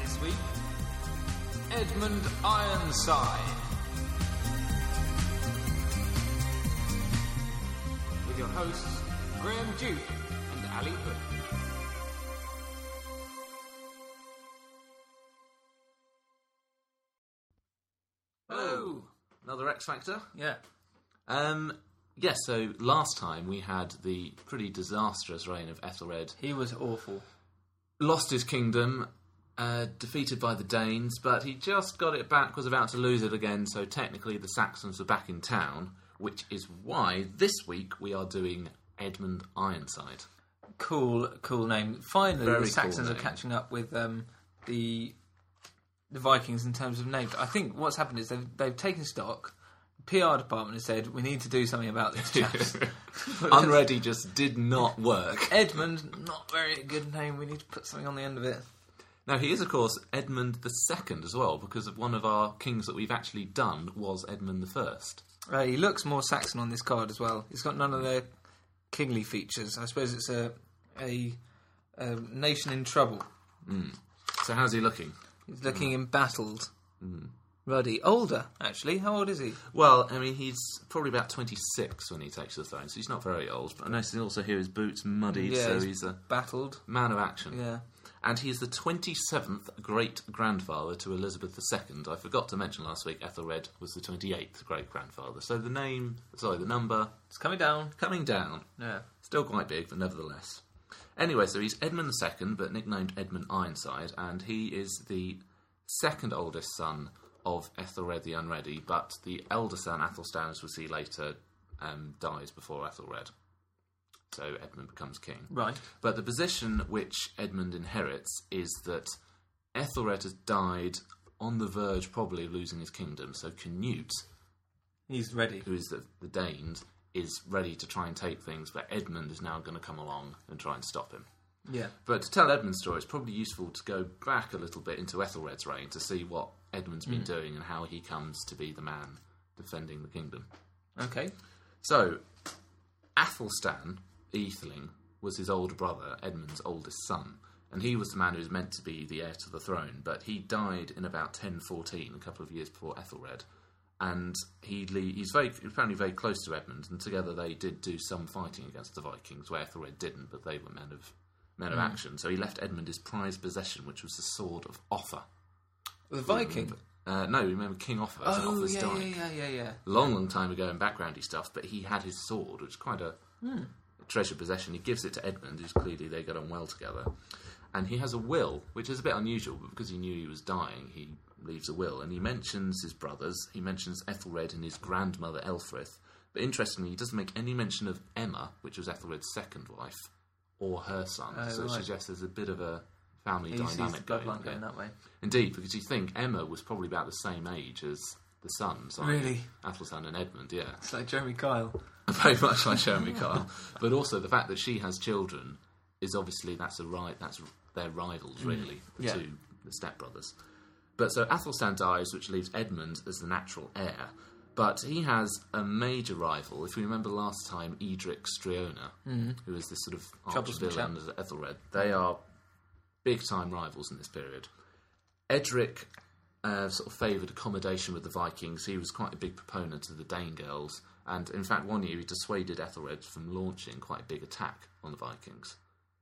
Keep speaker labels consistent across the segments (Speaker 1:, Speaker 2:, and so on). Speaker 1: This week, Edmund Ironside. With your hosts, Graham Duke and Ali Hood.
Speaker 2: Hello. Another X Factor.
Speaker 1: Yeah.
Speaker 2: Um, yes, so last time we had the pretty disastrous reign of Ethelred.
Speaker 1: He was awful.
Speaker 2: Lost his kingdom, uh, defeated by the Danes, but he just got it back, was about to lose it again, so technically the Saxons were back in town, which is why this week we are doing Edmund Ironside.
Speaker 1: Cool, cool name. Finally,
Speaker 2: Very
Speaker 1: the Saxons
Speaker 2: cool
Speaker 1: are
Speaker 2: name.
Speaker 1: catching up with um, the the Vikings in terms of names. I think what's happened is they've, they've taken stock. The PR department has said we need to do something about this. chaps."
Speaker 2: Unready just did not work.
Speaker 1: Edmund, not very good name. We need to put something on the end of it.
Speaker 2: Now he is, of course, Edmund the Second as well, because of one of our kings that we've actually done was Edmund the First.
Speaker 1: Uh, he looks more Saxon on this card as well. He's got none of the kingly features. I suppose it's a a, a nation in trouble.
Speaker 2: So how's he looking?
Speaker 1: He's looking
Speaker 2: Mm.
Speaker 1: embattled, ruddy, older actually. How old is he?
Speaker 2: Well, I mean, he's probably about 26 when he takes the throne, so he's not very old. But I noticed also here his boots muddied, so he's, a
Speaker 1: battled.
Speaker 2: man of action.
Speaker 1: Yeah.
Speaker 2: And he's the 27th great grandfather to Elizabeth II. I forgot to mention last week Ethelred was the 28th great grandfather. So the name, sorry, the number,
Speaker 1: It's coming down.
Speaker 2: coming down.
Speaker 1: Yeah.
Speaker 2: Still quite big, but nevertheless. Anyway, so he's Edmund II, but nicknamed Edmund Ironside, and he is the second oldest son of Ethelred the Unready, but the elder son, Athelstan, as we'll see later, um, dies before Ethelred. So Edmund becomes king.
Speaker 1: Right.
Speaker 2: But the position which Edmund inherits is that Ethelred has died on the verge, probably, of losing his kingdom. So Canute,
Speaker 1: He's ready.
Speaker 2: who is the, the Danes, is ready to try and take things, but Edmund is now going to come along and try and stop him.
Speaker 1: Yeah.
Speaker 2: But to tell Edmund's story, it's probably useful to go back a little bit into Ethelred's reign to see what Edmund's been doing and how he comes to be the man defending the kingdom.
Speaker 1: Okay.
Speaker 2: So, Athelstan, Etheling, was his older brother, Edmund's oldest son, and he was the man who was meant to be the heir to the throne, but he died in about 1014, a couple of years before Ethelred. And he le- he's very apparently very close to Edmund, and together they did do some fighting against the Vikings, where Ethelred didn't, but they were men of men
Speaker 1: Mm.
Speaker 2: of action. So he left Edmund his prized possession, which was the sword of Offa.
Speaker 1: The Viking. Oh,
Speaker 2: Uh, no, remember King Offa? as in Offa's
Speaker 1: yeah, yeah,
Speaker 2: dyke
Speaker 1: yeah, yeah, yeah.
Speaker 2: long, long time ago in backgroundy stuff, but he had his sword, which is quite a
Speaker 1: Hmm.
Speaker 2: treasured possession. He gives it to Edmund, who's clearly they got on well together. And he has a will, which is a bit unusual, but because he knew he was dying, he leaves a will. And he mentions his brothers, he mentions Ethelred and his grandmother Elfrith. But interestingly, he doesn't make any mention of Emma, which was Ethelred's second wife, or her son. so
Speaker 1: Oh, right.
Speaker 2: it suggests there's a bit of a family
Speaker 1: He sees the
Speaker 2: dynamic going on
Speaker 1: bloodline going
Speaker 2: here.
Speaker 1: that way.
Speaker 2: Indeed, because you think Emma was probably about the same age as the son, so
Speaker 1: Really?
Speaker 2: Athelstan and Edmund, yeah,
Speaker 1: It's like Jeremy Kyle.
Speaker 2: very much like Jeremy Kyle. But also the fact that she has children is obviously that's a right, that's their rivals really, the
Speaker 1: Mm. Yeah.
Speaker 2: two the stepbrothers. But so Athelstan dies, which leaves Edmund as the natural heir. But he has a major rival. If we remember last time, Edric Streona, who is this sort of arch
Speaker 1: Mm-hmm. Troublesome
Speaker 2: villain as Ethelred. They are big time rivals in this period. Edric uh, sort of favoured accommodation with the Vikings. He was quite a big proponent of the Dane girls, and in fact, one year he dissuaded Ethelred from
Speaker 1: Mm.
Speaker 2: launching quite a big attack on the Vikings.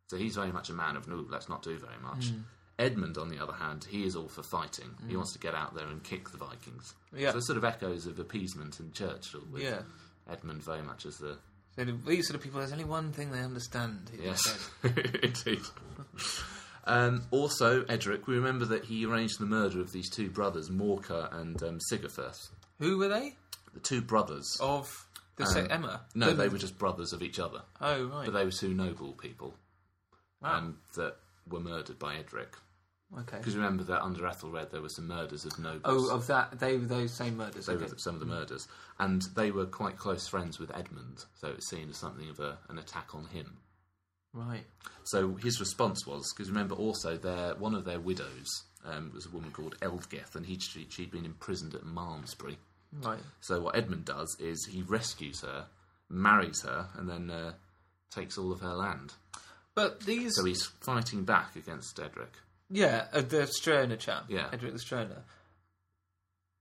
Speaker 2: So he's very much a man of no, let's not do very much. Edmund, on the other hand, he is all for fighting. He wants to get out there and kick the Vikings.
Speaker 1: Yeah.
Speaker 2: So there's sort of echoes of appeasement and Churchill with
Speaker 1: Yeah.
Speaker 2: Edmund very much as the
Speaker 1: So these sort of people, there's only one thing they understand. he said.
Speaker 2: Yes, indeed. Um, also, Edric, we remember that he arranged the murder of these two brothers, Morka and um, Sigurfirth.
Speaker 1: Who were they?
Speaker 2: The two brothers.
Speaker 1: Of the se-
Speaker 2: um,
Speaker 1: Emma?
Speaker 2: No,
Speaker 1: Oh. The-
Speaker 2: they were just brothers of each other.
Speaker 1: Oh, right.
Speaker 2: But they were two noble people
Speaker 1: Wow.
Speaker 2: um, that were murdered by Edric.
Speaker 1: okay.
Speaker 2: Because remember that under Ethelred there were some murders of nobles.
Speaker 1: Oh, of that, they were those same murders.
Speaker 2: they
Speaker 1: okay.
Speaker 2: were some of the murders. And they were quite close friends with Edmund, so it was seen as something of a, an attack on him.
Speaker 1: Right.
Speaker 2: So his response was because remember also their one of their widows um, was a woman called Eldgeth, and he she, she'd been imprisoned at Malmesbury.
Speaker 1: Right.
Speaker 2: So what Edmund does is he rescues her, marries her, and then uh, takes all of her land.
Speaker 1: But these.
Speaker 2: So he's fighting back against Edric.
Speaker 1: Yeah, uh, the Stroner chap.
Speaker 2: Yeah.
Speaker 1: Edric the Stroner.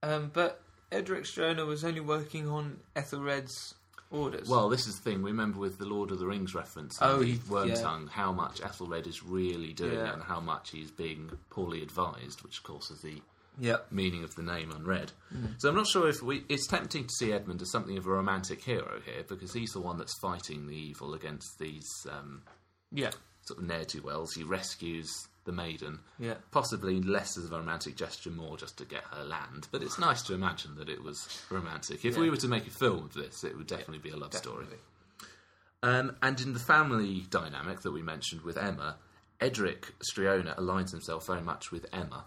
Speaker 1: Um, but Edric Stroner was only working on Ethelred's orders.
Speaker 2: Well, this is the thing. We remember with the Lord of the Rings reference, and
Speaker 1: Oh,
Speaker 2: the
Speaker 1: he-
Speaker 2: Wormtongue, how much Ethelred is really doing
Speaker 1: Yeah.
Speaker 2: and how much he's being poorly advised, which of course is the
Speaker 1: yeah.
Speaker 2: meaning of the name unread. So I'm not sure if we. It's tempting to see Edmund as something of a romantic hero here because he's the one that's fighting the evil against these um,
Speaker 1: Yeah.
Speaker 2: sort of ne'er do wells. He rescues the maiden.
Speaker 1: Yeah.
Speaker 2: Possibly less as a romantic gesture, more just to get her land. But it's nice to imagine that it was romantic. If we
Speaker 1: Yeah.
Speaker 2: were to make a film of this, it would definitely be a love story.
Speaker 1: definitely.
Speaker 2: Um, and in the family dynamic that we mentioned with Emma, Edric Striona aligns himself very much with Emma,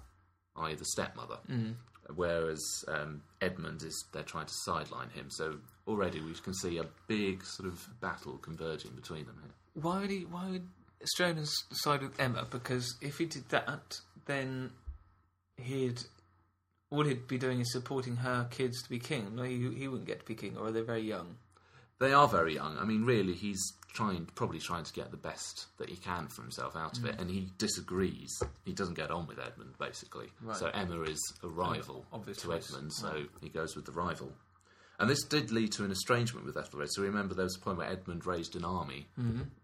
Speaker 2: i.e., the stepmother,
Speaker 1: Mm.
Speaker 2: whereas um, Edmund is they're trying to sideline him. So already we can see a big sort of battle converging between them here.
Speaker 1: Why would he? Why would Stroner s- side with Emma? Because if he did that, then he'd all he'd be doing is supporting her kids to be king. No, he, he wouldn't get to be king, or are they very young?
Speaker 2: They are very young. I mean, really, he's trying, probably trying to get the best that he can for himself out of it, and he disagrees. He doesn't get on with Edmund, basically. So Emma is a rival
Speaker 1: obvious
Speaker 2: to
Speaker 1: choice.
Speaker 2: Edmund, so he goes with the rival. And this did lead to an estrangement with Ethelred. So remember, there was a point where Edmund raised an army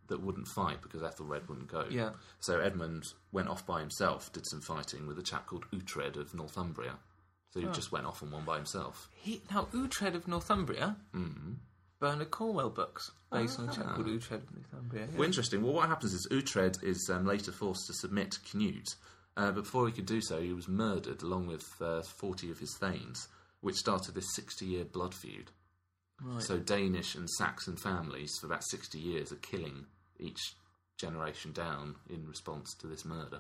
Speaker 2: that wouldn't fight because Ethelred wouldn't go.
Speaker 1: Yeah.
Speaker 2: So Edmund went off by himself, did some fighting with a chap called Uhtred of Northumbria. So he just went off and won by himself.
Speaker 1: He now Uhtred of Northumbria, mm
Speaker 2: Mm-hmm.
Speaker 1: Bernard Cornwell books based
Speaker 2: Ah.
Speaker 1: on a chap called Uhtred of Northumbria. yeah.
Speaker 2: Well, interesting. Well, what happens is Uhtred is um, later forced to submit Canute, uh, but before he could do so, he was murdered along with uh, 40 of his thanes, which started this 60 year blood feud. So Danish and Saxon families for about 60 years are killing each generation down in response to this murder.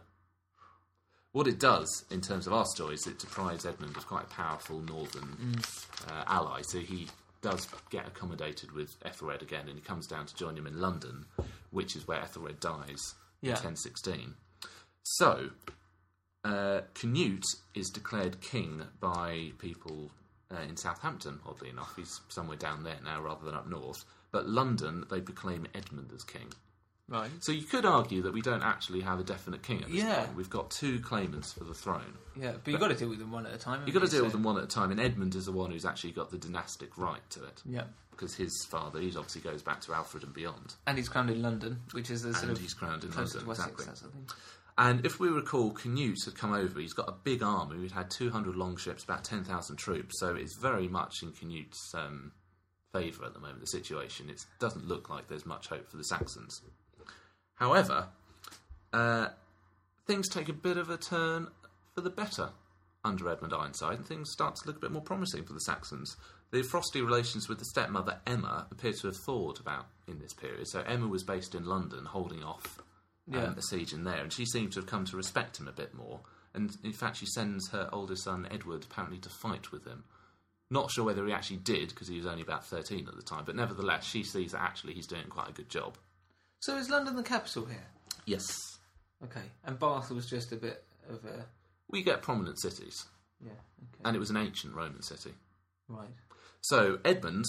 Speaker 2: What it does in terms of our story is it deprives Edmund of quite a powerful northern uh, ally. So he does get accommodated with Ethelred again, and he comes down to join him in London, which is where Ethelred dies in
Speaker 1: Yeah.
Speaker 2: 1016. So uh, Canute is declared king by people uh, in Southampton. Oddly enough, he's somewhere down there now rather than up north. But London, they proclaim Edmund as king.
Speaker 1: Right.
Speaker 2: So you could argue that we don't actually have a definite king at this
Speaker 1: Yeah.
Speaker 2: point. We've got two claimants for the throne.
Speaker 1: Yeah, but you've got to deal with them one at a time.
Speaker 2: You've got to deal with them one at a time, and Edmund is the one who's actually got the dynastic right to it.
Speaker 1: Yeah.
Speaker 2: Because his father, he obviously goes back to Alfred and beyond.
Speaker 1: And he's crowned in London, which is the sort
Speaker 2: And
Speaker 1: of
Speaker 2: he's crowned in
Speaker 1: closer
Speaker 2: London,
Speaker 1: to Wessex,
Speaker 2: exactly. Um,
Speaker 1: that sort of thing.
Speaker 2: And if we recall, Canute had come over. He's got a big army. He'd had 200 longships, about 10,000 troops. So it's very much in Canute's um, favour at the moment, the situation. It doesn't look like there's much hope for the Saxons. However, uh, things take a bit of a turn for the better under Edmund Ironside, and things start to look a bit more promising for the Saxons. The frosty relations with the stepmother Emma appear to have thawed about in this period. So Emma was based in London, holding off
Speaker 1: Yeah.
Speaker 2: um, the siege in there, and she seems to have come to respect him a bit more. And in fact, she sends her older son Edward apparently to fight with him. Not sure whether he actually did because he was only about thirteen at the time, but nevertheless, she sees that actually he's doing quite a good job.
Speaker 1: So is London the capital here?
Speaker 2: Yes,
Speaker 1: Okay. And Bath was just a bit of a
Speaker 2: we get prominent cities,
Speaker 1: yeah. Okay.
Speaker 2: and it was an ancient Roman city.
Speaker 1: right.
Speaker 2: So Edmund,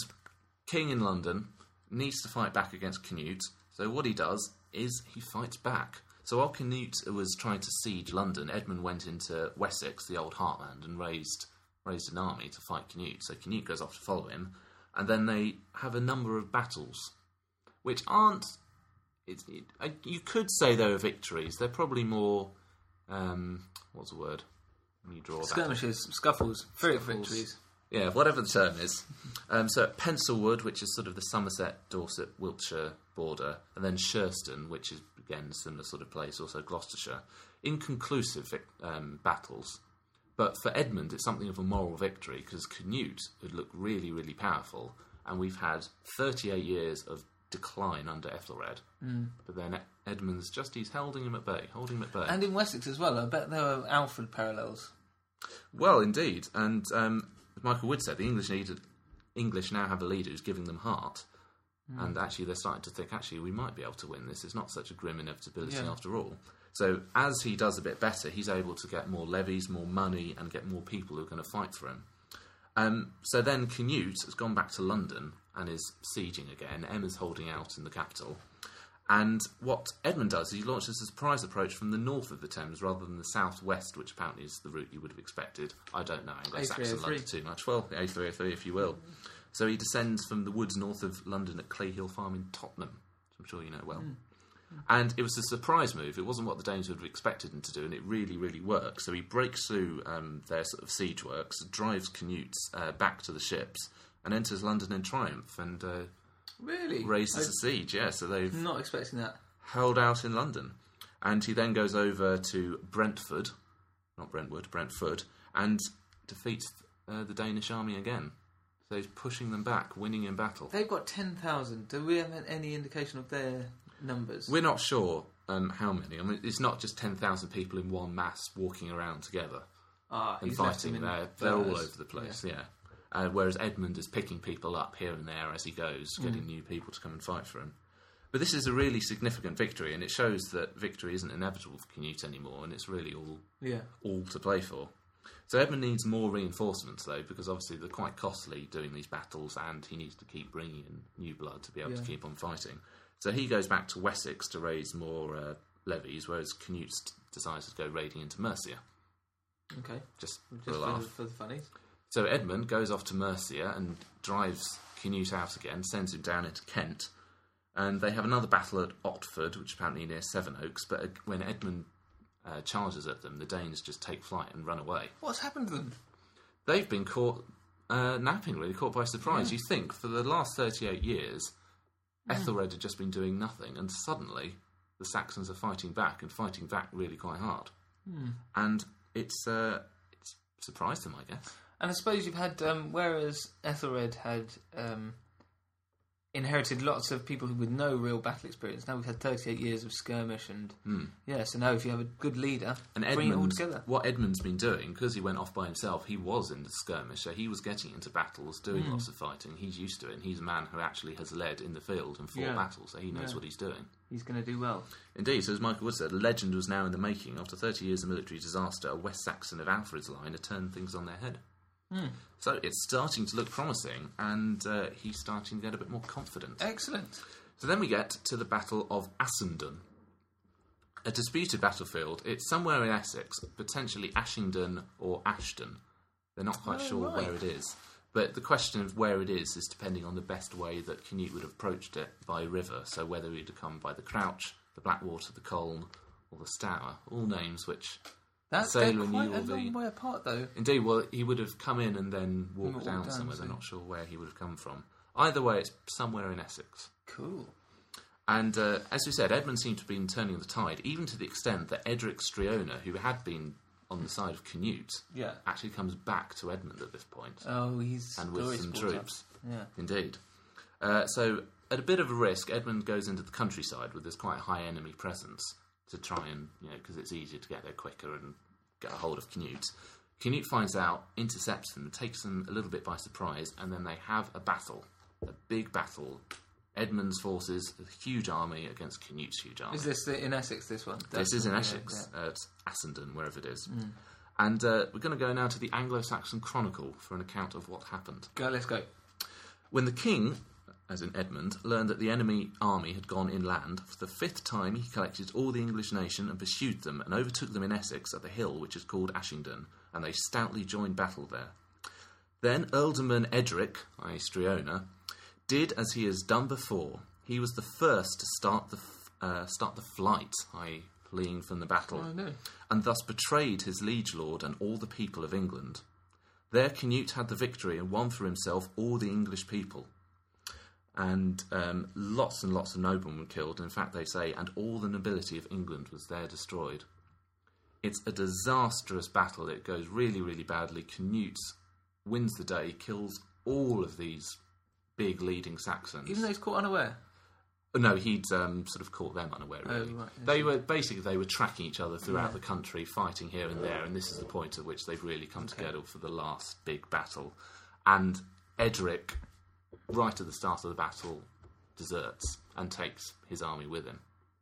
Speaker 2: king in London, needs to fight back against Canute. So what he does is he fights back. So while Canute was trying to siege London, Edmund went into Wessex, the old heartland, and raised raised an army to fight Canute. So Canute goes off to follow him, and then they have a number of battles, which aren't. It, it, I- you could say they were victories. They're probably more um, what's the word? When you draw that.
Speaker 1: Skirmishes, scuffles, furious
Speaker 2: Scuffles.
Speaker 1: victories.
Speaker 2: Yeah, whatever the term is. Um, so at Pencilwood, which is sort of the Somerset, Dorset, Wiltshire border, and then Shurston, which is again a similar sort of place, also Gloucestershire, inconclusive vic- um, battles. But for Edmund, it's something of a moral victory because Canute would look really, really powerful, and we've had 38 years of decline under Ethelred. Mm. But then Edmund's just he's holding him at bay, holding him at bay.
Speaker 1: And in Wessex as well, I bet there were Alfred parallels.
Speaker 2: Well, indeed, and um, as Michael Wood said the English needed English now have a leader who's giving them heart, and actually they're starting to think actually we might be able to win this. It's not such a grim inevitability
Speaker 1: Yeah.
Speaker 2: after all. So as he does a bit better, he's able to get more levies, more money, and get more people who are going to fight for him. Um, so then Canute has gone back to London and is sieging again. Emma's holding out in the capital. And what Edmund does is he launches a surprise approach from the north of the Thames rather than the southwest, which apparently is the route you would have expected. I don't know Anglo-Saxon
Speaker 1: A303.
Speaker 2: London too much. Well, A303 if you will. So he descends from the woods north of London at Clay Hill Farm in Tottenham, which I'm sure you know well. And it was a surprise move. It wasn't what the Danes would have expected him to do, and it really, really worked. So he breaks through um, their sort of siege works, drives Canute uh, back to the ships, and enters London in triumph and uh,
Speaker 1: Really?
Speaker 2: raises
Speaker 1: I-
Speaker 2: the siege. Yeah, so they've
Speaker 1: Not expecting that.
Speaker 2: held out in London. And he then goes over to Brentford, not Brentwood, Brentford, and defeats uh, the Danish army again. So he's pushing them back, winning in battle.
Speaker 1: They've got 10,000. Do we have any indication of their numbers?
Speaker 2: We're not sure um, how many. I mean, it's not just 10,000 people in one mass walking around together
Speaker 1: ah,
Speaker 2: and
Speaker 1: he's left
Speaker 2: fighting.
Speaker 1: them in
Speaker 2: They're, they're all
Speaker 1: photos.
Speaker 2: over the place, yeah. Uh, whereas Edmund is picking people up here and there as he goes,
Speaker 1: Mm.
Speaker 2: getting new people to come and fight for him. But this is a really significant victory, and it shows that victory isn't inevitable for Canute anymore, and it's really all
Speaker 1: Yeah.
Speaker 2: all to play for. So Edmund needs more reinforcements though, because obviously they're quite costly doing these battles, and he needs to keep bringing in new blood to be able to
Speaker 1: Yeah.
Speaker 2: keep on fighting. So he goes back to Wessex to raise more uh, levies, whereas Canute t- decides to go raiding into Mercia.
Speaker 1: Okay.
Speaker 2: Just, for
Speaker 1: Just
Speaker 2: a
Speaker 1: for,
Speaker 2: laugh.
Speaker 1: the- for the funnies.
Speaker 2: So Edmund goes off to Mercia and drives Canute out again, sends him down into Kent, and they have another battle at Otford, which is apparently near Sevenoaks. But uh, when Edmund uh, charges at them, the Danes just take flight and run away.
Speaker 1: What's happened to them?
Speaker 2: they've been caught uh, napping, really caught by surprise. You think for the last 38 years, Ethelred had just been doing nothing, and suddenly the Saxons are fighting back and fighting back really quite hard. And it's uh, it's surprised them, I guess.
Speaker 1: And I suppose you've had, um, whereas Ethelred had um, inherited lots of people who with no real battle experience, now we've had 38 years of skirmish and. Yeah, so now if you have a good leader,
Speaker 2: And
Speaker 1: bring it all
Speaker 2: Edmund,
Speaker 1: together.
Speaker 2: what Edmund's been doing, because he went off by himself, he was in the skirmish, so he was getting into battles,
Speaker 1: Hmm.
Speaker 2: doing lots of fighting. He's used to it, and he's a man who actually has led in the field and fought
Speaker 1: Yeah.
Speaker 2: battles, so he knows
Speaker 1: Yeah.
Speaker 2: what he's doing.
Speaker 1: He's going to do well.
Speaker 2: Indeed, so as Michael Wood said, a legend was now in the making. After 30 years of military disaster, a West Saxon of Alfred's line had turned things on their head.
Speaker 1: Hmm.
Speaker 2: So it's starting to look promising, and uh, he's starting to get a bit more confident.
Speaker 1: Excellent.
Speaker 2: So then we get to the Battle of Assendon. A disputed battlefield, it's somewhere in Essex, potentially Ashingdon or Ashton. They're not quite
Speaker 1: Oh,
Speaker 2: sure
Speaker 1: right.
Speaker 2: where it is. But the question of where it is is depending on the best way that Canute would have approached it by river. So whether he'd have come by the Crouch, the Blackwater, the Colne, or the Stour. All names which.
Speaker 1: That's
Speaker 2: So
Speaker 1: they're
Speaker 2: when
Speaker 1: quite
Speaker 2: you
Speaker 1: a
Speaker 2: will be-
Speaker 1: long way apart, though.
Speaker 2: Indeed, well, he would have come in and then
Speaker 1: Walk
Speaker 2: walked down,
Speaker 1: down,
Speaker 2: somewhere.
Speaker 1: so-
Speaker 2: They're not sure where he would have come from. Either way, it's somewhere in Essex.
Speaker 1: Cool.
Speaker 2: And uh, as we said, Edmund seemed to have been turning the tide, even to the extent that Edric Streona, who had been on the side of Canute,
Speaker 1: Yeah.
Speaker 2: actually comes back to Edmund at this point,
Speaker 1: Oh, he's
Speaker 2: and with
Speaker 1: glorious
Speaker 2: some
Speaker 1: brought up.
Speaker 2: troops.
Speaker 1: Yeah.
Speaker 2: Indeed. Uh, so, at a bit of a risk, Edmund goes into the countryside with this quite high enemy presence to try and, you know, because it's easier to get there quicker and get a hold of Canute. Canute finds out, intercepts them, takes them a little bit by surprise, and then they have a battle, a big battle. Edmund's forces, a huge army against Canute's huge army.
Speaker 1: Is this the, in Essex? This one.
Speaker 2: This is in
Speaker 1: Yeah,
Speaker 2: Essex,
Speaker 1: yeah. Mm.
Speaker 2: at Assendon, wherever it is. And uh, we're going to go now to the Anglo Saxon Chronicle for an account of what happened.
Speaker 1: Go, let's go.
Speaker 2: When the king, as in Edmund, learned that the enemy army had gone inland, for the fifth time he collected all the English nation and pursued them and overtook them in Essex at the hill which is called Ashingdon, and they stoutly joined battle there. Then Ealdorman Edric, i.e. Streona, did as he has done before. He was the first to start the f- uh, start the flight, i.e. fleeing from the battle,
Speaker 1: Oh, no.
Speaker 2: and thus betrayed his liege lord and all the people of England. There, Canute had the victory and won for himself all the English people. And um, lots and lots of noblemen were killed. In fact, they say, and all the nobility of England was there destroyed. It's a disastrous battle. It goes really, really badly. Canute wins the day, kills all of these big leading Saxons.
Speaker 1: Even though he's caught unaware.
Speaker 2: No, he'd um, sort of caught them unaware.
Speaker 1: Oh,
Speaker 2: Really,
Speaker 1: right, I
Speaker 2: they
Speaker 1: see.
Speaker 2: were basically they were tracking each other throughout the country, fighting here and there, and this is the point at which they've really come together for the last big battle. And Edric, right at the start of the battle, deserts and takes his army with him,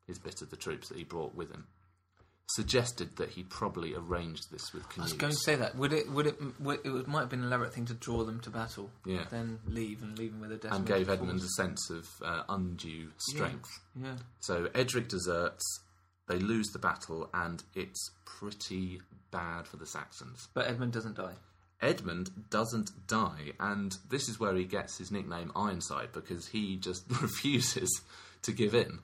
Speaker 2: his bit of the troops that he brought with him. Suggested that he probably arranged this with
Speaker 1: I was
Speaker 2: Canute.
Speaker 1: going to say that. Would it? Would it? Would, it would- might have been an elaborate thing to draw them to battle.
Speaker 2: Yeah.
Speaker 1: Then leave and leave them with a death.
Speaker 2: and gave Edmund a sense of uh, undue strength.
Speaker 1: Yeah.
Speaker 2: So Edric deserts, they lose the battle, and it's pretty bad for the Saxons.
Speaker 1: But Edmund doesn't die.
Speaker 2: Edmund doesn't die, and this is where he gets his nickname Ironside because he just refuses to give in.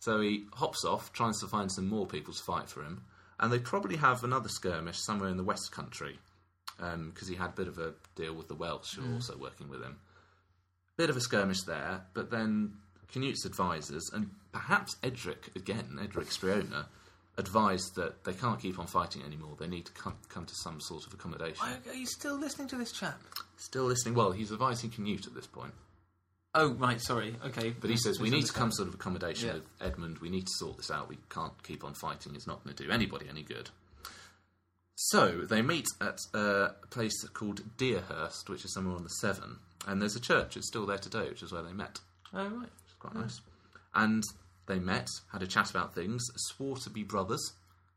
Speaker 2: So he hops off, tries to find some more people to fight for him, and they probably have another skirmish somewhere in the West Country because he had a bit of a deal with the Welsh who were also working with him. Bit of a skirmish there, but then Canute's advisors and perhaps Edric again, Edric Streona, advised that they can't keep on fighting anymore. They need to come, come to some sort of accommodation.
Speaker 1: Why are you still listening to this chap?
Speaker 2: Still listening. Well, he's advising Canute at this point,
Speaker 1: Oh right, sorry. Okay.
Speaker 2: but he says we need to come to sort of accommodation
Speaker 1: Yeah.
Speaker 2: with Edmund. We need to sort this out. We can't keep on fighting. It's not going to do anybody any good. So they meet at a place called Deerhurst, which is somewhere on the Severn, and there's a church. It's still there today, which is where they met.
Speaker 1: Oh right.
Speaker 2: It's quite nice. And they met, had a chat about things, swore to be brothers,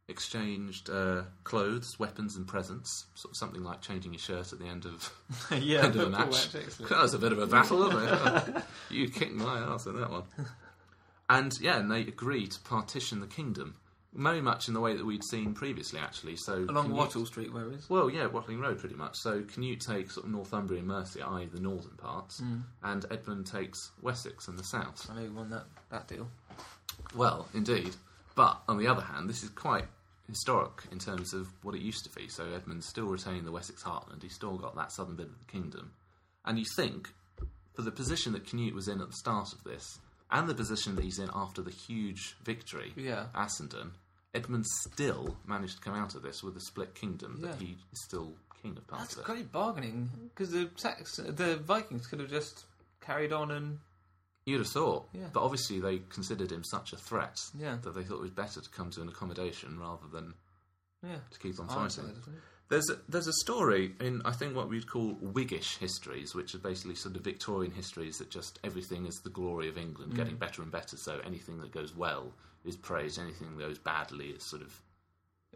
Speaker 2: exchanged uh, clothes, weapons, and presents. Sort of something like changing your shirt at the end of
Speaker 1: yeah.
Speaker 2: end of the
Speaker 1: Paul
Speaker 2: match.
Speaker 1: Wack's excellent.
Speaker 2: That was a bit of a battle, wasn't it? you kicked my ass in that one. And yeah, and they agreed to partition the kingdom, very much in the way that we'd seen previously, actually. So
Speaker 1: Along
Speaker 2: Canute-
Speaker 1: Wattle Street, where is?
Speaker 2: Well, yeah, Watling Road, pretty much. So Canute takes sort of Northumbria and Mercia, i.e., the northern parts,
Speaker 1: Mm.
Speaker 2: and Edmund takes Wessex and the south.
Speaker 1: I know you won that, that deal.
Speaker 2: Well, indeed. But on the other hand, this is quite historic in terms of what it used to be. So Edmund's still retaining the Wessex heartland. He's still got that southern bit of the kingdom. And you think, for the position that Canute was in at the start of this, and the position that he's in after the huge victory,
Speaker 1: Yeah.
Speaker 2: Assendon, Edmund still managed to come out of this with a split kingdom that
Speaker 1: Yeah.
Speaker 2: he is still king of part
Speaker 1: That's
Speaker 2: of. it.
Speaker 1: great bargaining because the Sax, the Vikings could have just carried on and
Speaker 2: You'd have thought,
Speaker 1: Yeah.
Speaker 2: but obviously they considered him such a threat
Speaker 1: Yeah.
Speaker 2: that they thought it was better to come to an accommodation rather than
Speaker 1: yeah.
Speaker 2: to keep on
Speaker 1: Iron
Speaker 2: fighting.
Speaker 1: side, isn't it?
Speaker 2: There's a, there's a story in I think what we'd call Whiggish histories, which are basically sort of Victorian histories that just everything is the glory of England, getting better and better. So anything that goes well is praised, anything that goes badly is sort of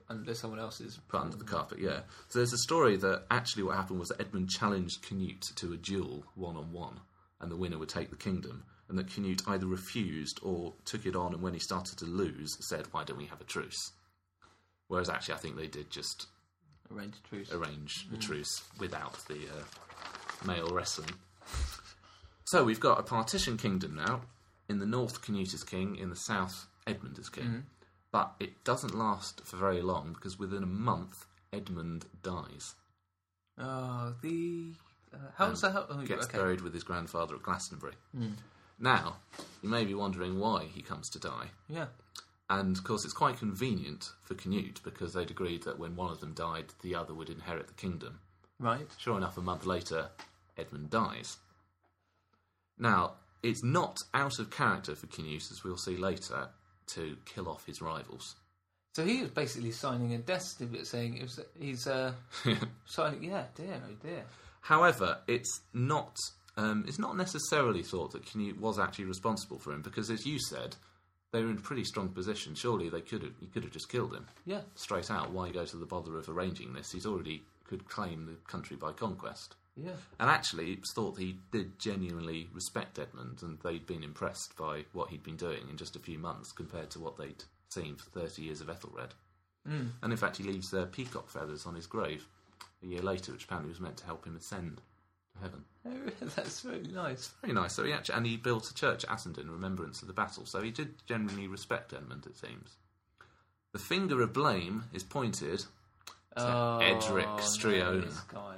Speaker 1: Unless someone else is
Speaker 2: put under the carpet. Yeah. So there's a story that actually what happened was that Edmund challenged Canute to a duel one on one, and the winner would take the kingdom. And that Canute either refused or took it on, and when he started to lose, said, "Why don't we have a truce?" Whereas actually, I think they did just
Speaker 1: arranged truce.
Speaker 2: arrange a truce without the uh, male wrestling. So we've got a partition kingdom now. In the north, Canute is king. In the south, Edmund is
Speaker 1: Mm-hmm.
Speaker 2: king. But it doesn't last for very long because within a month, Edmund dies.
Speaker 1: Oh, the uh, how's that? How, oh,
Speaker 2: Gets
Speaker 1: okay. Mm.
Speaker 2: buried with his grandfather at Glastonbury. Now, you may be wondering why he comes to die.
Speaker 1: Yeah.
Speaker 2: And of course, it's quite convenient for Canute because they'd agreed that when one of them died, the other would inherit the kingdom.
Speaker 1: Right.
Speaker 2: Sure enough, a month later, Edmund dies. Now, it's not out of character for Canute, as we'll see later, to kill off his rivals.
Speaker 1: So he was basically signing a death certificate saying it was, he's uh, signing. Yeah, dear, oh dear.
Speaker 2: However, it's not um, it's not necessarily thought that Canute was actually responsible for him because, as you said, they were in a pretty strong position. Surely they could have he could have just killed him
Speaker 1: Yeah.
Speaker 2: straight out. Why go to the bother of arranging this? He's already could claim the country by conquest.
Speaker 1: Yeah.
Speaker 2: And actually, it was thought that he did genuinely respect Edmund, and they'd been impressed by what he'd been doing in just a few months compared to what they'd seen for 30 years of Ethelred. Mm. And in fact, he leaves their peacock feathers on his grave a year later, which apparently was meant to help him ascend to heaven.
Speaker 1: Oh, That's really nice.
Speaker 2: Very nice. So he actually, and he built a church at Assendon in remembrance of the battle. So he did genuinely respect Edmund, it seems. The finger of blame is pointed
Speaker 1: Oh,
Speaker 2: Edric
Speaker 1: no,
Speaker 2: Streona.
Speaker 1: this guy.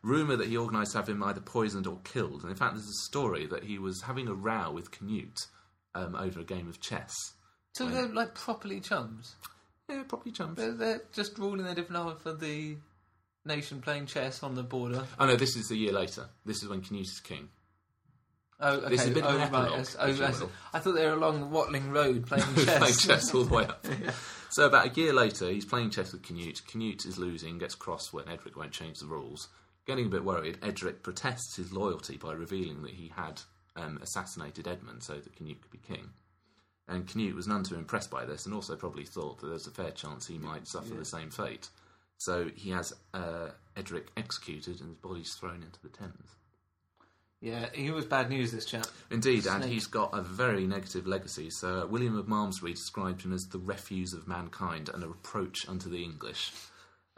Speaker 2: rumour that he organised to have him either poisoned or killed. And in fact, there's a story that he was having a row with Canute um, over a game of chess.
Speaker 1: So they're like properly chums.
Speaker 2: Yeah, probably chumps.
Speaker 1: They're, they're just ruling their different half of the nation playing chess on the border.
Speaker 2: Oh no, this is the year later. This is when Canute is king.
Speaker 1: Oh, okay.
Speaker 2: This is a bit of
Speaker 1: oh,
Speaker 2: an epilogue,
Speaker 1: right. Yes. Oh,
Speaker 2: if you
Speaker 1: yes.
Speaker 2: will.
Speaker 1: I thought they were along the Watling Road playing chess.
Speaker 2: playing chess all the way up. So about a year later, he's playing chess with Canute. Canute is losing, gets cross when Edric won't change the rules. Getting a bit worried, Edric protests his loyalty by revealing that he had um, assassinated Edmund so that Canute could be king. And Canute was none too impressed by this, and also probably thought that there was a fair chance he might suffer the same fate. So he has uh, Edric executed, and his body's thrown into the Thames.
Speaker 1: Yeah, he was bad news, this chap.
Speaker 2: Indeed, and
Speaker 1: Snake.
Speaker 2: he's got a very negative legacy. So uh, William of Malmesbury described him as the refuse of mankind and a reproach unto the English.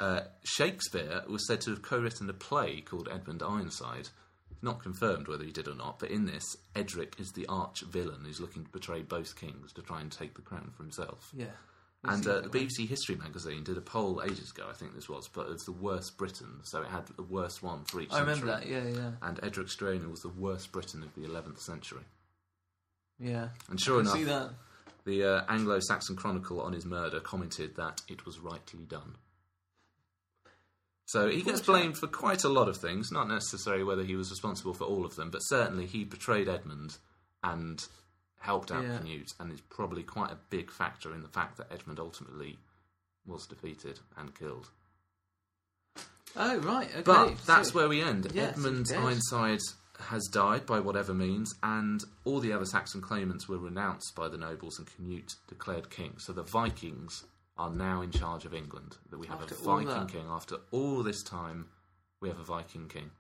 Speaker 2: Uh, Shakespeare was said to have co-written a play called Edmund Ironside. It's Not confirmed whether he did or not, but in this, Edric is the arch villain who's looking to betray both kings to try and take the crown for himself.
Speaker 1: Yeah.
Speaker 2: And
Speaker 1: He's the
Speaker 2: uh, the
Speaker 1: other
Speaker 2: BBC History magazine did a poll ages ago, I think this was, but it's the worst Britain, so it had the worst one for each.
Speaker 1: one. I remember
Speaker 2: century.
Speaker 1: that. Yeah, yeah,
Speaker 2: And Edric Streona was the worst Briton of the 11th century.
Speaker 1: yeah.
Speaker 2: And sure
Speaker 1: See
Speaker 2: enough,
Speaker 1: that?
Speaker 2: the uh, Anglo Saxon Chronicle on his murder commented that it was rightly done. So he gets blamed for quite a lot of things, not necessarily whether he was responsible for all of them, but certainly he betrayed Edmund and helped out
Speaker 1: Yeah.
Speaker 2: Canute, and is probably quite a big factor in the fact that Edmund ultimately was defeated and killed.
Speaker 1: Oh, right. Okay.
Speaker 2: But that's
Speaker 1: so-
Speaker 2: where we end.
Speaker 1: Yes,
Speaker 2: Edmund
Speaker 1: he did.
Speaker 2: Ironside has died by whatever means, and all the other Saxon claimants were renounced by the nobles and Canute declared king. So the Vikings are now in charge of England. That we have
Speaker 1: After
Speaker 2: a
Speaker 1: all
Speaker 2: Viking
Speaker 1: that.
Speaker 2: king. After all this time, we have a Viking king.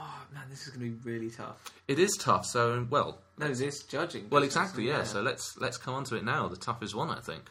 Speaker 1: Oh, man, this is going to be really tough.
Speaker 2: It is tough. So well,
Speaker 1: No, this judging.
Speaker 2: well,
Speaker 1: business,
Speaker 2: exactly.
Speaker 1: isn't
Speaker 2: Yeah.
Speaker 1: it?
Speaker 2: So let's let's come on to it now. The toughest one, I think.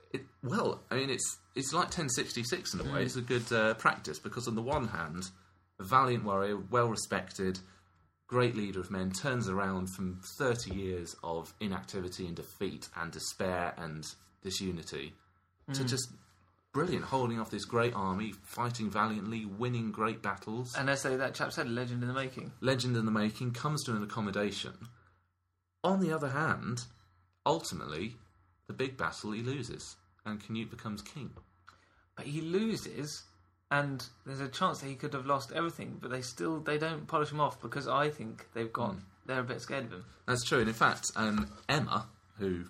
Speaker 2: It, well, I mean, it's it's like 1066 in a way. It's a good uh, practice because on the one hand, a valiant warrior, well respected, great leader of men, turns around from 30 years of inactivity and defeat and despair and disunity to just brilliant, holding off this great army, fighting valiantly, winning great battles.
Speaker 1: And as they, that chap said, legend in the making.
Speaker 2: legend in the making comes to an accommodation. On the other hand, ultimately, the big battle he loses, and Canute becomes king.
Speaker 1: But he loses, and there's a chance that he could have lost everything. But they still they don't polish him off because I think they've got
Speaker 2: Hmm.
Speaker 1: they're a bit scared of him.
Speaker 2: That's true, and in fact, um, Emma, who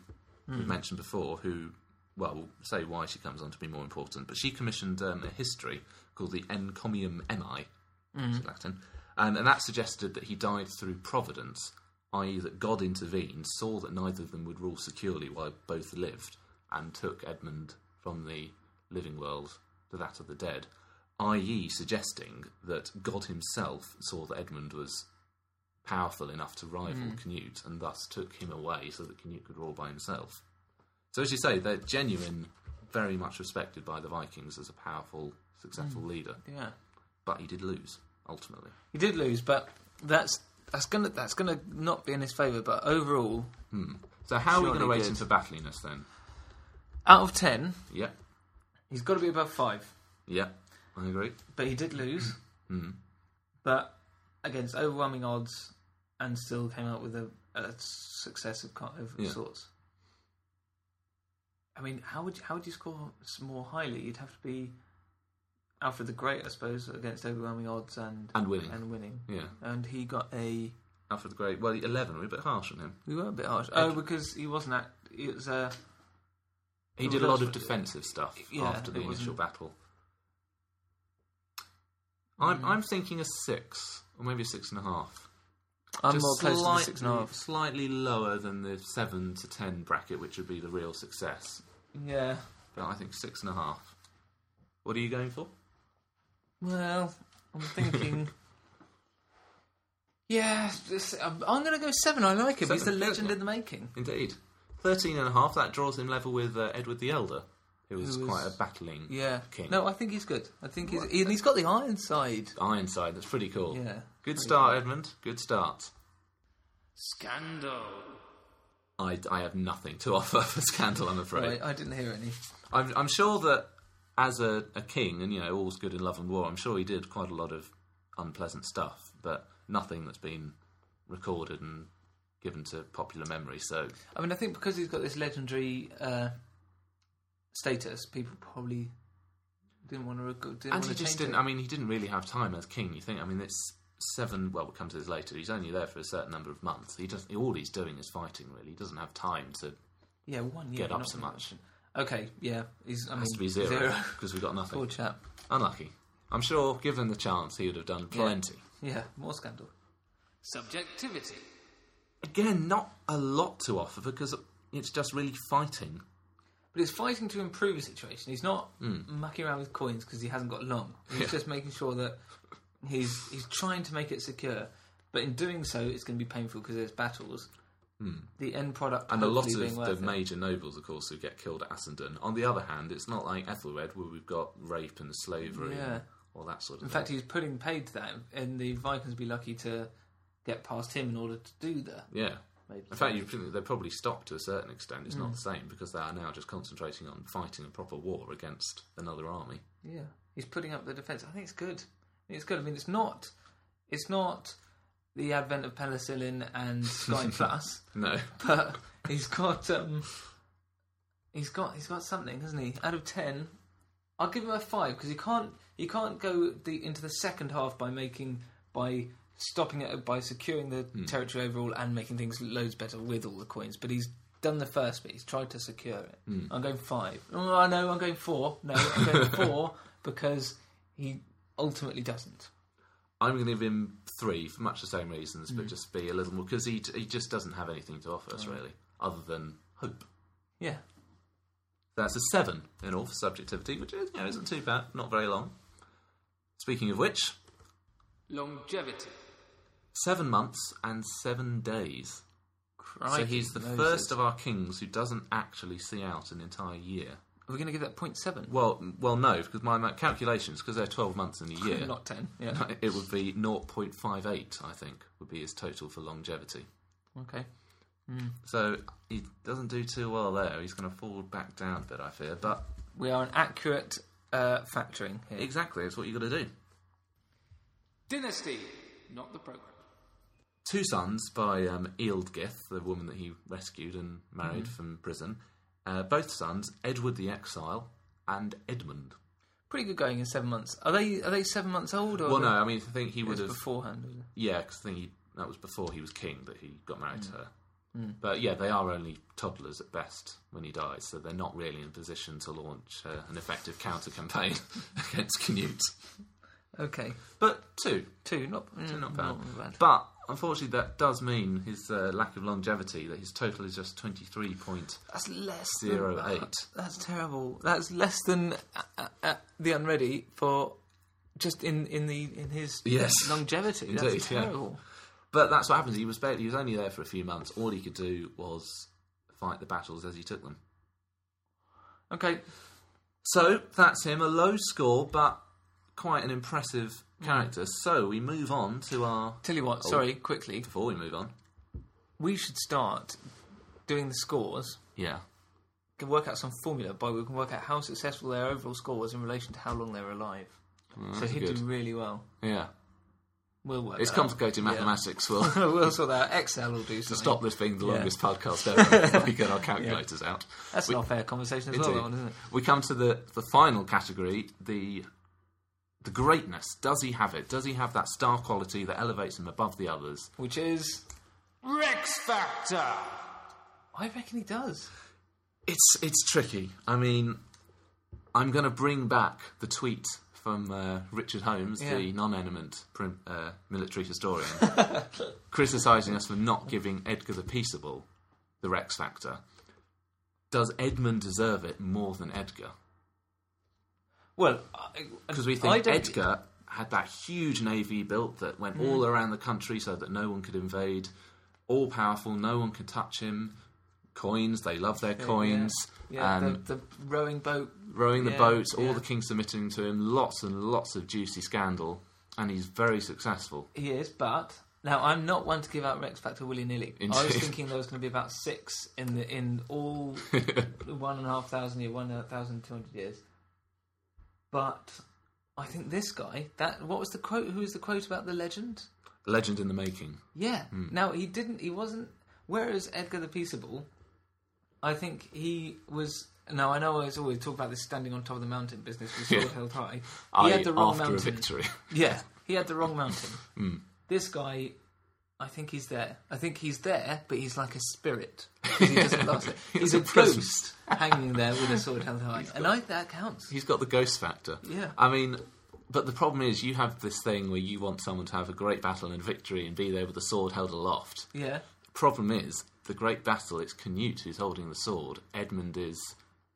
Speaker 2: we mentioned before, who well, we'll say why she comes on to be more important, but she commissioned um, a history called the Encomium Emmi, which is Latin, Um, and, and that suggested that he died through providence, i.e., that God intervened, saw that neither of them would rule securely while both lived, and took Edmund from the living world to that of the dead, i.e., suggesting that God himself saw that Edmund was powerful enough to rival Canute, and thus took him away so that Canute could rule by himself. So, as you say, they're genuine, very much respected by the Vikings as a powerful, successful leader.
Speaker 1: Yeah,
Speaker 2: But he did lose ultimately.
Speaker 1: he did lose, but that's that's gonna that's gonna not be in his favour. But overall,
Speaker 2: Hmm. So, how are we
Speaker 1: Surely
Speaker 2: going to rate
Speaker 1: good.
Speaker 2: him for battliness then?
Speaker 1: out of ten,
Speaker 2: Yeah,
Speaker 1: he's got to be above five.
Speaker 2: yeah, I agree. Hmm.
Speaker 1: But he did lose. But against overwhelming odds, and still came out with a, a success of, kind- of
Speaker 2: Yeah.
Speaker 1: sorts. I mean, how would you, how would you score s- more highly? You'd have to be Alfred the Great, I suppose, against overwhelming odds and
Speaker 2: And winning.
Speaker 1: and winning.
Speaker 2: Yeah,
Speaker 1: And he got a.
Speaker 2: Alfred the Great. Well, eleven. We're a bit harsh on him.
Speaker 1: We were a bit harsh. Oh, because he wasn't. At, it was uh, a.
Speaker 2: He
Speaker 1: Well,
Speaker 2: did a lot of
Speaker 1: that's-
Speaker 2: defensive stuff
Speaker 1: Yeah,
Speaker 2: after the
Speaker 1: it wasn't-
Speaker 2: initial battle. Hmm. I'm I'm thinking a six or maybe a six and a half.
Speaker 1: I'm
Speaker 2: Just
Speaker 1: more close to the six and a
Speaker 2: slightly-
Speaker 1: half.
Speaker 2: Slightly lower than the seven to ten bracket, which would be the real success.
Speaker 1: Yeah.
Speaker 2: But I think six and a half. What are you going for?
Speaker 1: Well, I'm thinking. yeah, this- I'm, I'm going to go seven. I like him. He's a
Speaker 2: Seven,
Speaker 1: legend
Speaker 2: yeah.
Speaker 1: in the making.
Speaker 2: Indeed. 13 and a half, that draws him level with uh, Edward the Elder, who was,
Speaker 1: Who was-
Speaker 2: quite a battling
Speaker 1: Yeah.
Speaker 2: king.
Speaker 1: No, I think he's good. I think he's and he's got the iron side.
Speaker 2: Ironside, that's pretty cool.
Speaker 1: Yeah.
Speaker 2: Good start, Edmund. Good start.
Speaker 3: Scandal.
Speaker 2: I, I have nothing to offer for Scandal, I'm afraid.
Speaker 1: Right, I didn't hear any.
Speaker 2: I'm, I'm sure that as a, a king, and you know, all's good in love and war, I'm sure he did quite a lot of unpleasant stuff, but nothing that's been recorded and given to popular memory. So,
Speaker 1: I mean, I think because he's got this legendary uh, status, people probably didn't want to. Rec- didn't
Speaker 2: and
Speaker 1: want
Speaker 2: he
Speaker 1: to
Speaker 2: just
Speaker 1: change
Speaker 2: didn't.
Speaker 1: It.
Speaker 2: I mean, he didn't really have time as king. You think? I mean, it's seven. Well, we'll come to this later. He's only there for a certain number of months. He does. All he's doing is fighting. Really, he doesn't have time to.
Speaker 1: yeah, one year.
Speaker 2: get up
Speaker 1: not
Speaker 2: so
Speaker 1: very
Speaker 2: much.
Speaker 1: Okay, yeah, he's. I mean,
Speaker 2: Has to be zero because we've got nothing.
Speaker 1: Poor chap.
Speaker 2: Unlucky. I'm sure, given the chance, he would have done plenty.
Speaker 1: Yeah, more scandal.
Speaker 3: Subjectivity.
Speaker 2: Again, not a lot to offer because it's just really fighting.
Speaker 1: But he's fighting to improve the situation. He's not mucking around with coins because he hasn't got long. He's
Speaker 2: Hmm. Yeah.
Speaker 1: just making sure that he's he's trying to make it secure. But in doing so, it's going to be painful because there's battles. The end product
Speaker 2: Hmm. And a lot
Speaker 1: hopefully
Speaker 2: of
Speaker 1: being worth
Speaker 2: the
Speaker 1: it.
Speaker 2: major nobles, of course, who get killed at Assendon. On the other hand, it's not like Ethelred, where we've got rape and slavery
Speaker 1: Yeah.
Speaker 2: and all that sort of
Speaker 1: In
Speaker 2: thing.
Speaker 1: fact, he's putting paid to that, and the Vikings would be lucky to get past him in order to do that.
Speaker 2: yeah.
Speaker 1: Maybe.
Speaker 2: In fact, you think they're probably stopped to a certain extent. It's
Speaker 1: Hmm.
Speaker 2: not the same because they are now just concentrating on fighting a proper war against another army.
Speaker 1: Yeah, he's putting up the defense. I think it's good. I think it's good. I mean, it's not, it's not the advent of penicillin and Sky Plus,
Speaker 2: No.
Speaker 1: but he's got, um, he's got, he's got something, hasn't he? Out of ten, I'll give him a five because he can't, he can't go the, into the second half by making by stopping it by securing the
Speaker 2: Hmm.
Speaker 1: territory overall and making things loads better with all the coins. But he's done the first bit. He's tried to secure it.
Speaker 2: Hmm.
Speaker 1: I'm going five. Oh, I know. I'm going four. No, I'm going four because he ultimately doesn't.
Speaker 2: I'm going to give him three for much the same reasons,
Speaker 1: Hmm.
Speaker 2: but just be a little more because he d- he just doesn't have anything to offer us really, other than hope.
Speaker 1: Yeah.
Speaker 2: That's a seven in all for subjectivity, which is, you know, isn't too bad. Not very long. Speaking of which,
Speaker 3: Longevity.
Speaker 2: seven months and seven days. so he's the
Speaker 1: Crikey,
Speaker 2: first
Speaker 1: Moses.
Speaker 2: of our kings who doesn't actually see out an entire year.
Speaker 1: We're going to give that point seven.
Speaker 2: Well, m- well, no, because my, my calculations, because they're twelve months in a year,
Speaker 1: not ten. Yeah.
Speaker 2: it would be zero point five eight. I think would be his total for longevity.
Speaker 1: okay.
Speaker 2: So he doesn't do too well there. He's going to fall back down a bit, I fear. But
Speaker 1: We are an accurate uh, factoring here.
Speaker 2: exactly, it's what you've got to do.
Speaker 3: Dynasty. Not the program.
Speaker 2: Two sons by um, Ealdgith, the woman that he rescued and married
Speaker 1: Mm-hmm.
Speaker 2: from prison. Uh, both sons, Edward the Exile and Edmund.
Speaker 1: Pretty good going in seven months. Are they? Are they seven months old? Or
Speaker 2: Well, no, I mean, I think he
Speaker 1: it
Speaker 2: would
Speaker 1: was
Speaker 2: have.
Speaker 1: beforehand. was it?
Speaker 2: Yeah, because I think he, that was before he was king that he got married
Speaker 1: Mm.
Speaker 2: to her. But yeah, they are only toddlers at best when he dies, so they're not really in position to launch uh, an effective counter campaign against Canute.
Speaker 1: Okay.
Speaker 2: But two,
Speaker 1: Two, not, mm,
Speaker 2: not bad.
Speaker 1: Not bad.
Speaker 2: But unfortunately, that does mean his uh, lack of longevity. That his total is just twenty three point.
Speaker 1: That's less
Speaker 2: Zero
Speaker 1: than,
Speaker 2: eight.
Speaker 1: That's terrible. That's less than uh, uh, uh, the unready for just in, in the in his
Speaker 2: Yes.
Speaker 1: longevity.
Speaker 2: Indeed,
Speaker 1: that's
Speaker 2: yeah.
Speaker 1: terrible.
Speaker 2: But that's what happens. He was barely, he was only there for a few months. All he could do was fight the battles as he took them.
Speaker 1: Okay,
Speaker 2: So that's him. A low score, but quite an impressive character. So we move on to our.
Speaker 1: tell you what.
Speaker 2: Oh.
Speaker 1: Sorry, quickly.
Speaker 2: Before we move on,
Speaker 1: We should start doing the scores.
Speaker 2: yeah,
Speaker 1: Can work out some formula by we can work out how successful their overall score was in relation to how long they were alive. so he'd
Speaker 2: Mm, good.
Speaker 1: do really well.
Speaker 2: yeah.
Speaker 1: We'll work.
Speaker 2: It's
Speaker 1: that out.
Speaker 2: complicated mathematics. We'll
Speaker 1: we'll sort that. out. Excel will do something.
Speaker 2: stop this being the
Speaker 1: Yeah.
Speaker 2: longest podcast ever. when we get our calculators out.
Speaker 1: That's
Speaker 2: We-
Speaker 1: not a fair conversation as well, that
Speaker 2: Indeed.
Speaker 1: one, isn't it?
Speaker 2: We come to the, the final category, the the greatness. Does he have it? Does he have that star quality that elevates him above the others?
Speaker 1: Which is,
Speaker 3: Rex Factor.
Speaker 1: I reckon he does.
Speaker 2: It's it's tricky. I mean, I'm going to bring back the tweet from uh, Richard Holmes, the
Speaker 1: Yeah.
Speaker 2: non-eminent prim, uh, military historian, criticising us for not giving Edgar the Peaceable the Rex Factor. Does Edmund deserve it more than Edgar?
Speaker 1: Well, I-
Speaker 2: Because we
Speaker 1: I
Speaker 2: think
Speaker 1: don't-
Speaker 2: Edgar had that huge navy built that went
Speaker 1: Mm.
Speaker 2: all around the country so that no one could invade. All powerful, no one could touch him. Coins, they love their coins.
Speaker 1: Yeah,
Speaker 2: um,
Speaker 1: the, the rowing boat.
Speaker 2: rowing the
Speaker 1: Yeah,
Speaker 2: boats, all
Speaker 1: yeah.
Speaker 2: the kings submitting to him, lots and lots of juicy scandal, and he's very successful.
Speaker 1: He is, but now I'm not one to give out Rex Factor willy nilly. I was
Speaker 2: Indeed.
Speaker 1: thinking there was going to be about six in the in all one and a half thousand year, one thousand two hundred years. But I think this guy. That what was the quote? Who was the quote about the legend?
Speaker 2: Legend in the making.
Speaker 1: Yeah.
Speaker 2: Hmm.
Speaker 1: Now he didn't. He wasn't. Whereas Edgar the Peaceable, I think he was. Now I know I was always talk about this standing on top of the mountain business with sword
Speaker 2: Yeah.
Speaker 1: held high. He
Speaker 2: I,
Speaker 1: had the wrong
Speaker 2: after
Speaker 1: mountain.
Speaker 2: a victory.
Speaker 1: Yeah, he had the wrong mountain.
Speaker 2: Hmm.
Speaker 1: This guy, I think he's there. I think he's there, but he's like a spirit. 'cause He doesn't last it. He's,
Speaker 2: He's
Speaker 1: a,
Speaker 2: a
Speaker 1: ghost
Speaker 2: presence.
Speaker 1: hanging there with a sword held high, and I that counts.
Speaker 2: He's got the ghost factor.
Speaker 1: Yeah.
Speaker 2: I mean, but the problem is you have this thing where you want someone to have a great battle and victory and be there with the sword held aloft.
Speaker 1: Yeah,
Speaker 2: Problem is, the great battle, it's Canute who's holding the sword. Edmund is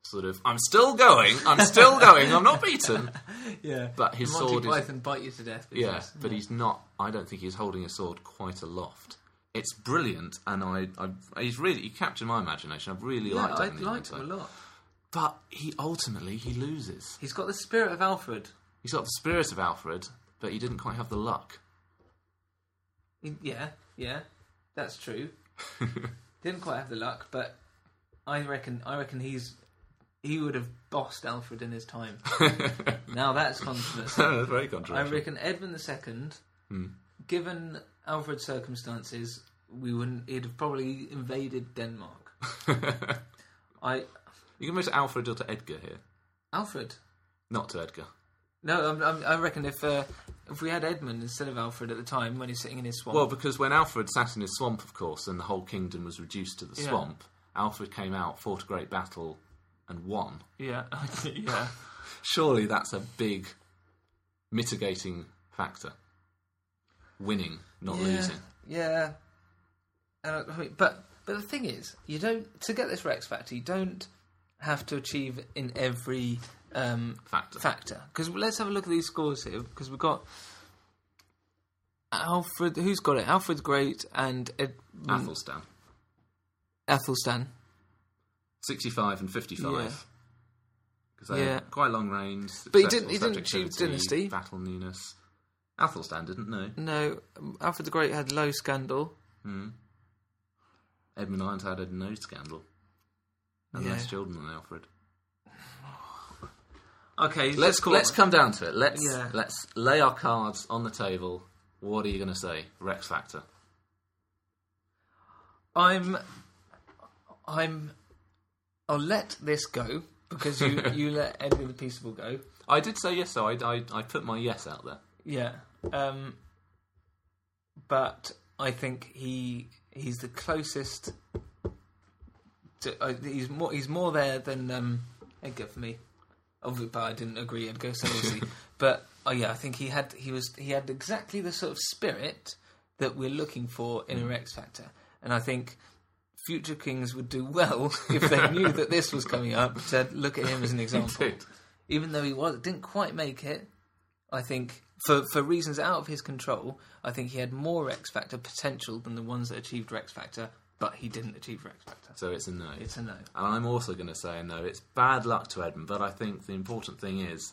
Speaker 2: sort of, I'm still going, I'm still going, I'm not beaten.
Speaker 1: yeah.
Speaker 2: But his
Speaker 1: The Monty
Speaker 2: sword is-
Speaker 1: Python bite you to death.
Speaker 2: Yeah,
Speaker 1: business.
Speaker 2: but he's not. I don't think he's holding a sword quite aloft. It's brilliant, and I, I he's really he captured my imagination. I really
Speaker 1: yeah,
Speaker 2: liked it.
Speaker 1: I
Speaker 2: in the
Speaker 1: liked him
Speaker 2: episode.
Speaker 1: a lot.
Speaker 2: but he ultimately he loses.
Speaker 1: He's got the spirit of Alfred.
Speaker 2: He's got the spirit of Alfred, but he didn't quite have the luck.
Speaker 1: He- Yeah, yeah, that's true. Didn't quite have the luck, but I reckon I reckon he's he would have bossed Alfred in his time. now that's controversy.
Speaker 2: That's very
Speaker 1: I
Speaker 2: controversial.
Speaker 1: reckon Edmund II,
Speaker 2: Hmm.
Speaker 1: given Alfred's circumstances, we wouldn't. He'd have probably invaded Denmark. I
Speaker 2: you can move to Alfred or to Edgar here,
Speaker 1: Alfred.
Speaker 2: not to Edgar.
Speaker 1: No, I'm, I'm, I reckon if uh, if we had Edmund instead of Alfred at the time when he's sitting in his swamp,
Speaker 2: Well, because when Alfred sat in his swamp, of course, and the whole kingdom was reduced to the
Speaker 1: Yeah.
Speaker 2: swamp, Alfred came out, fought a great battle, and won.
Speaker 1: yeah, yeah,
Speaker 2: surely that's a big mitigating factor. Winning, not losing.
Speaker 1: Yeah. And uh, I- I mean, but but the thing is, you don't to get this Rex factor. You don't have to achieve in every um,
Speaker 2: Factor.
Speaker 1: Factor because let's have a look at these scores here because we've got Alfred. Who's got it? Alfred's great and Ed,
Speaker 2: Athelstan.
Speaker 1: Athelstan.
Speaker 2: 65 and 55.
Speaker 1: Yeah.
Speaker 2: Because they
Speaker 1: Yeah.
Speaker 2: had quite long range.
Speaker 1: But he
Speaker 2: successful
Speaker 1: didn't- he didn't
Speaker 2: subjectivity,
Speaker 1: achieve dynasty.
Speaker 2: Battle newness. Athelstan didn't, no.
Speaker 1: No, um, Alfred the Great had low scandal.
Speaker 2: Edmund Ironside had no scandal. And
Speaker 1: Yeah.
Speaker 2: less children than Alfred.
Speaker 1: Okay,
Speaker 2: Let's let's come down to it. Let's
Speaker 1: Yeah.
Speaker 2: let's lay our cards on the table. What are you going to say, Rex Factor?
Speaker 1: I'm I'm I'll let this go because you you let Edward the Peaceable go.
Speaker 2: I did say yes, so I, I I put my yes out there.
Speaker 1: Yeah. Um, but I think he he's the closest. To, uh, he's more he's more there than um, Edgar for me. Obviously, but I didn't agree Edgar, so obviously. but oh yeah, I think he had he was he had exactly the sort of spirit that we're looking for in a Rex Factor, and I think. Future kings would do well if they knew that this was coming up to look at him as an example
Speaker 2: Dude.
Speaker 1: even though he was didn't quite make it. I think for for reasons out of his control, I think he had more X Factor potential than the ones that achieved Rex Factor, but he didn't achieve Rex Factor.
Speaker 2: So it's a no.
Speaker 1: It's a no.
Speaker 2: And I'm also going to say a no. It's bad luck to Edmund, but I think the important thing is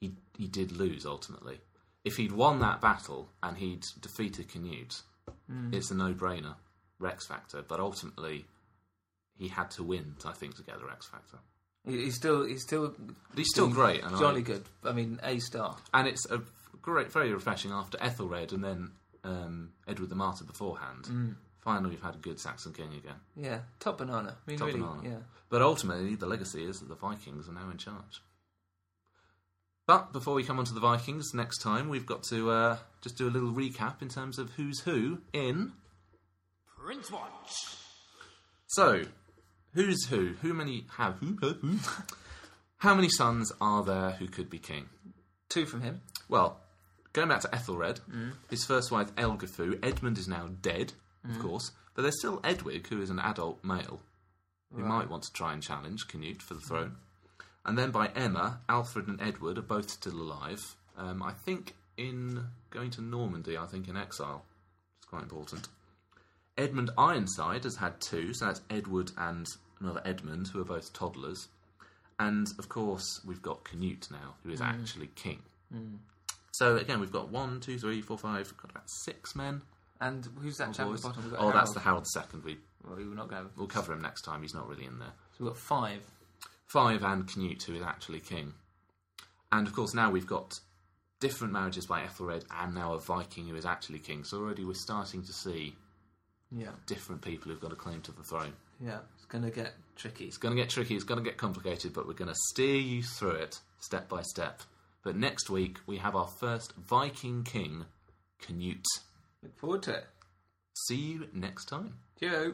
Speaker 2: he he did lose ultimately. If he'd won that battle and he'd defeated Canute,
Speaker 1: Hmm.
Speaker 2: it's a no-brainer Rex Factor. But ultimately, he had to win, I think, to get the Rex Factor.
Speaker 1: He- He's still he's still
Speaker 2: But he's
Speaker 1: Hmm.
Speaker 2: still great, and I-
Speaker 1: jolly good. I mean, A star.
Speaker 2: and it's a great, very refreshing after Ethelred and then um, Edward the Martyr beforehand.
Speaker 1: Hmm.
Speaker 2: Finally, we've had a good Saxon king again.
Speaker 1: Yeah, top banana. I mean,
Speaker 2: Top
Speaker 1: really,
Speaker 2: banana.
Speaker 1: yeah.
Speaker 2: But ultimately, the legacy is that the Vikings are now in charge. But before we come on to the Vikings next time, we've got to uh, just do a little recap in terms of who's who in.
Speaker 3: Prince Watch.
Speaker 2: So, who's who? Who many have who? who, who? How many sons are there who could be king?
Speaker 1: Two from him.
Speaker 2: Well, going back to Ethelred, his first wife Elgifu, Edmund is now dead, of course, but there's still Edwig, who is an adult male, who might want to try and challenge Canute for the throne. And then by Emma, Alfred and Edward are both still alive. Um, I think in going to Normandy, I think in exile. It's quite important. Edmund Ironside has had two, so that's Edward and another Edmund, who are both toddlers. And of course, we've got Canute now, who is actually king. So again, we've got one, two, three, four, five, got about six men.
Speaker 1: And who's that chap at the
Speaker 2: boys.
Speaker 1: bottom? We've got
Speaker 2: Oh, that's
Speaker 1: Harold.
Speaker 2: the Harold II. We,
Speaker 1: Well, we're not going.
Speaker 2: we'll cover him next time. He's not really in there.
Speaker 1: So we've got five.
Speaker 2: Five and Canute, who is actually king. And of course, now we've got different marriages by Ethelred and now a Viking who is actually king. So already we're starting to see
Speaker 1: Yeah,
Speaker 2: different people who've got a claim to the throne.
Speaker 1: yeah. It's going to get tricky.
Speaker 2: It's going to get tricky, it's going to get complicated, but we're going to steer you through it step by step. But next week, we have our first Viking king, Canute.
Speaker 1: Look forward to it.
Speaker 2: See you next time.
Speaker 1: Cheerio.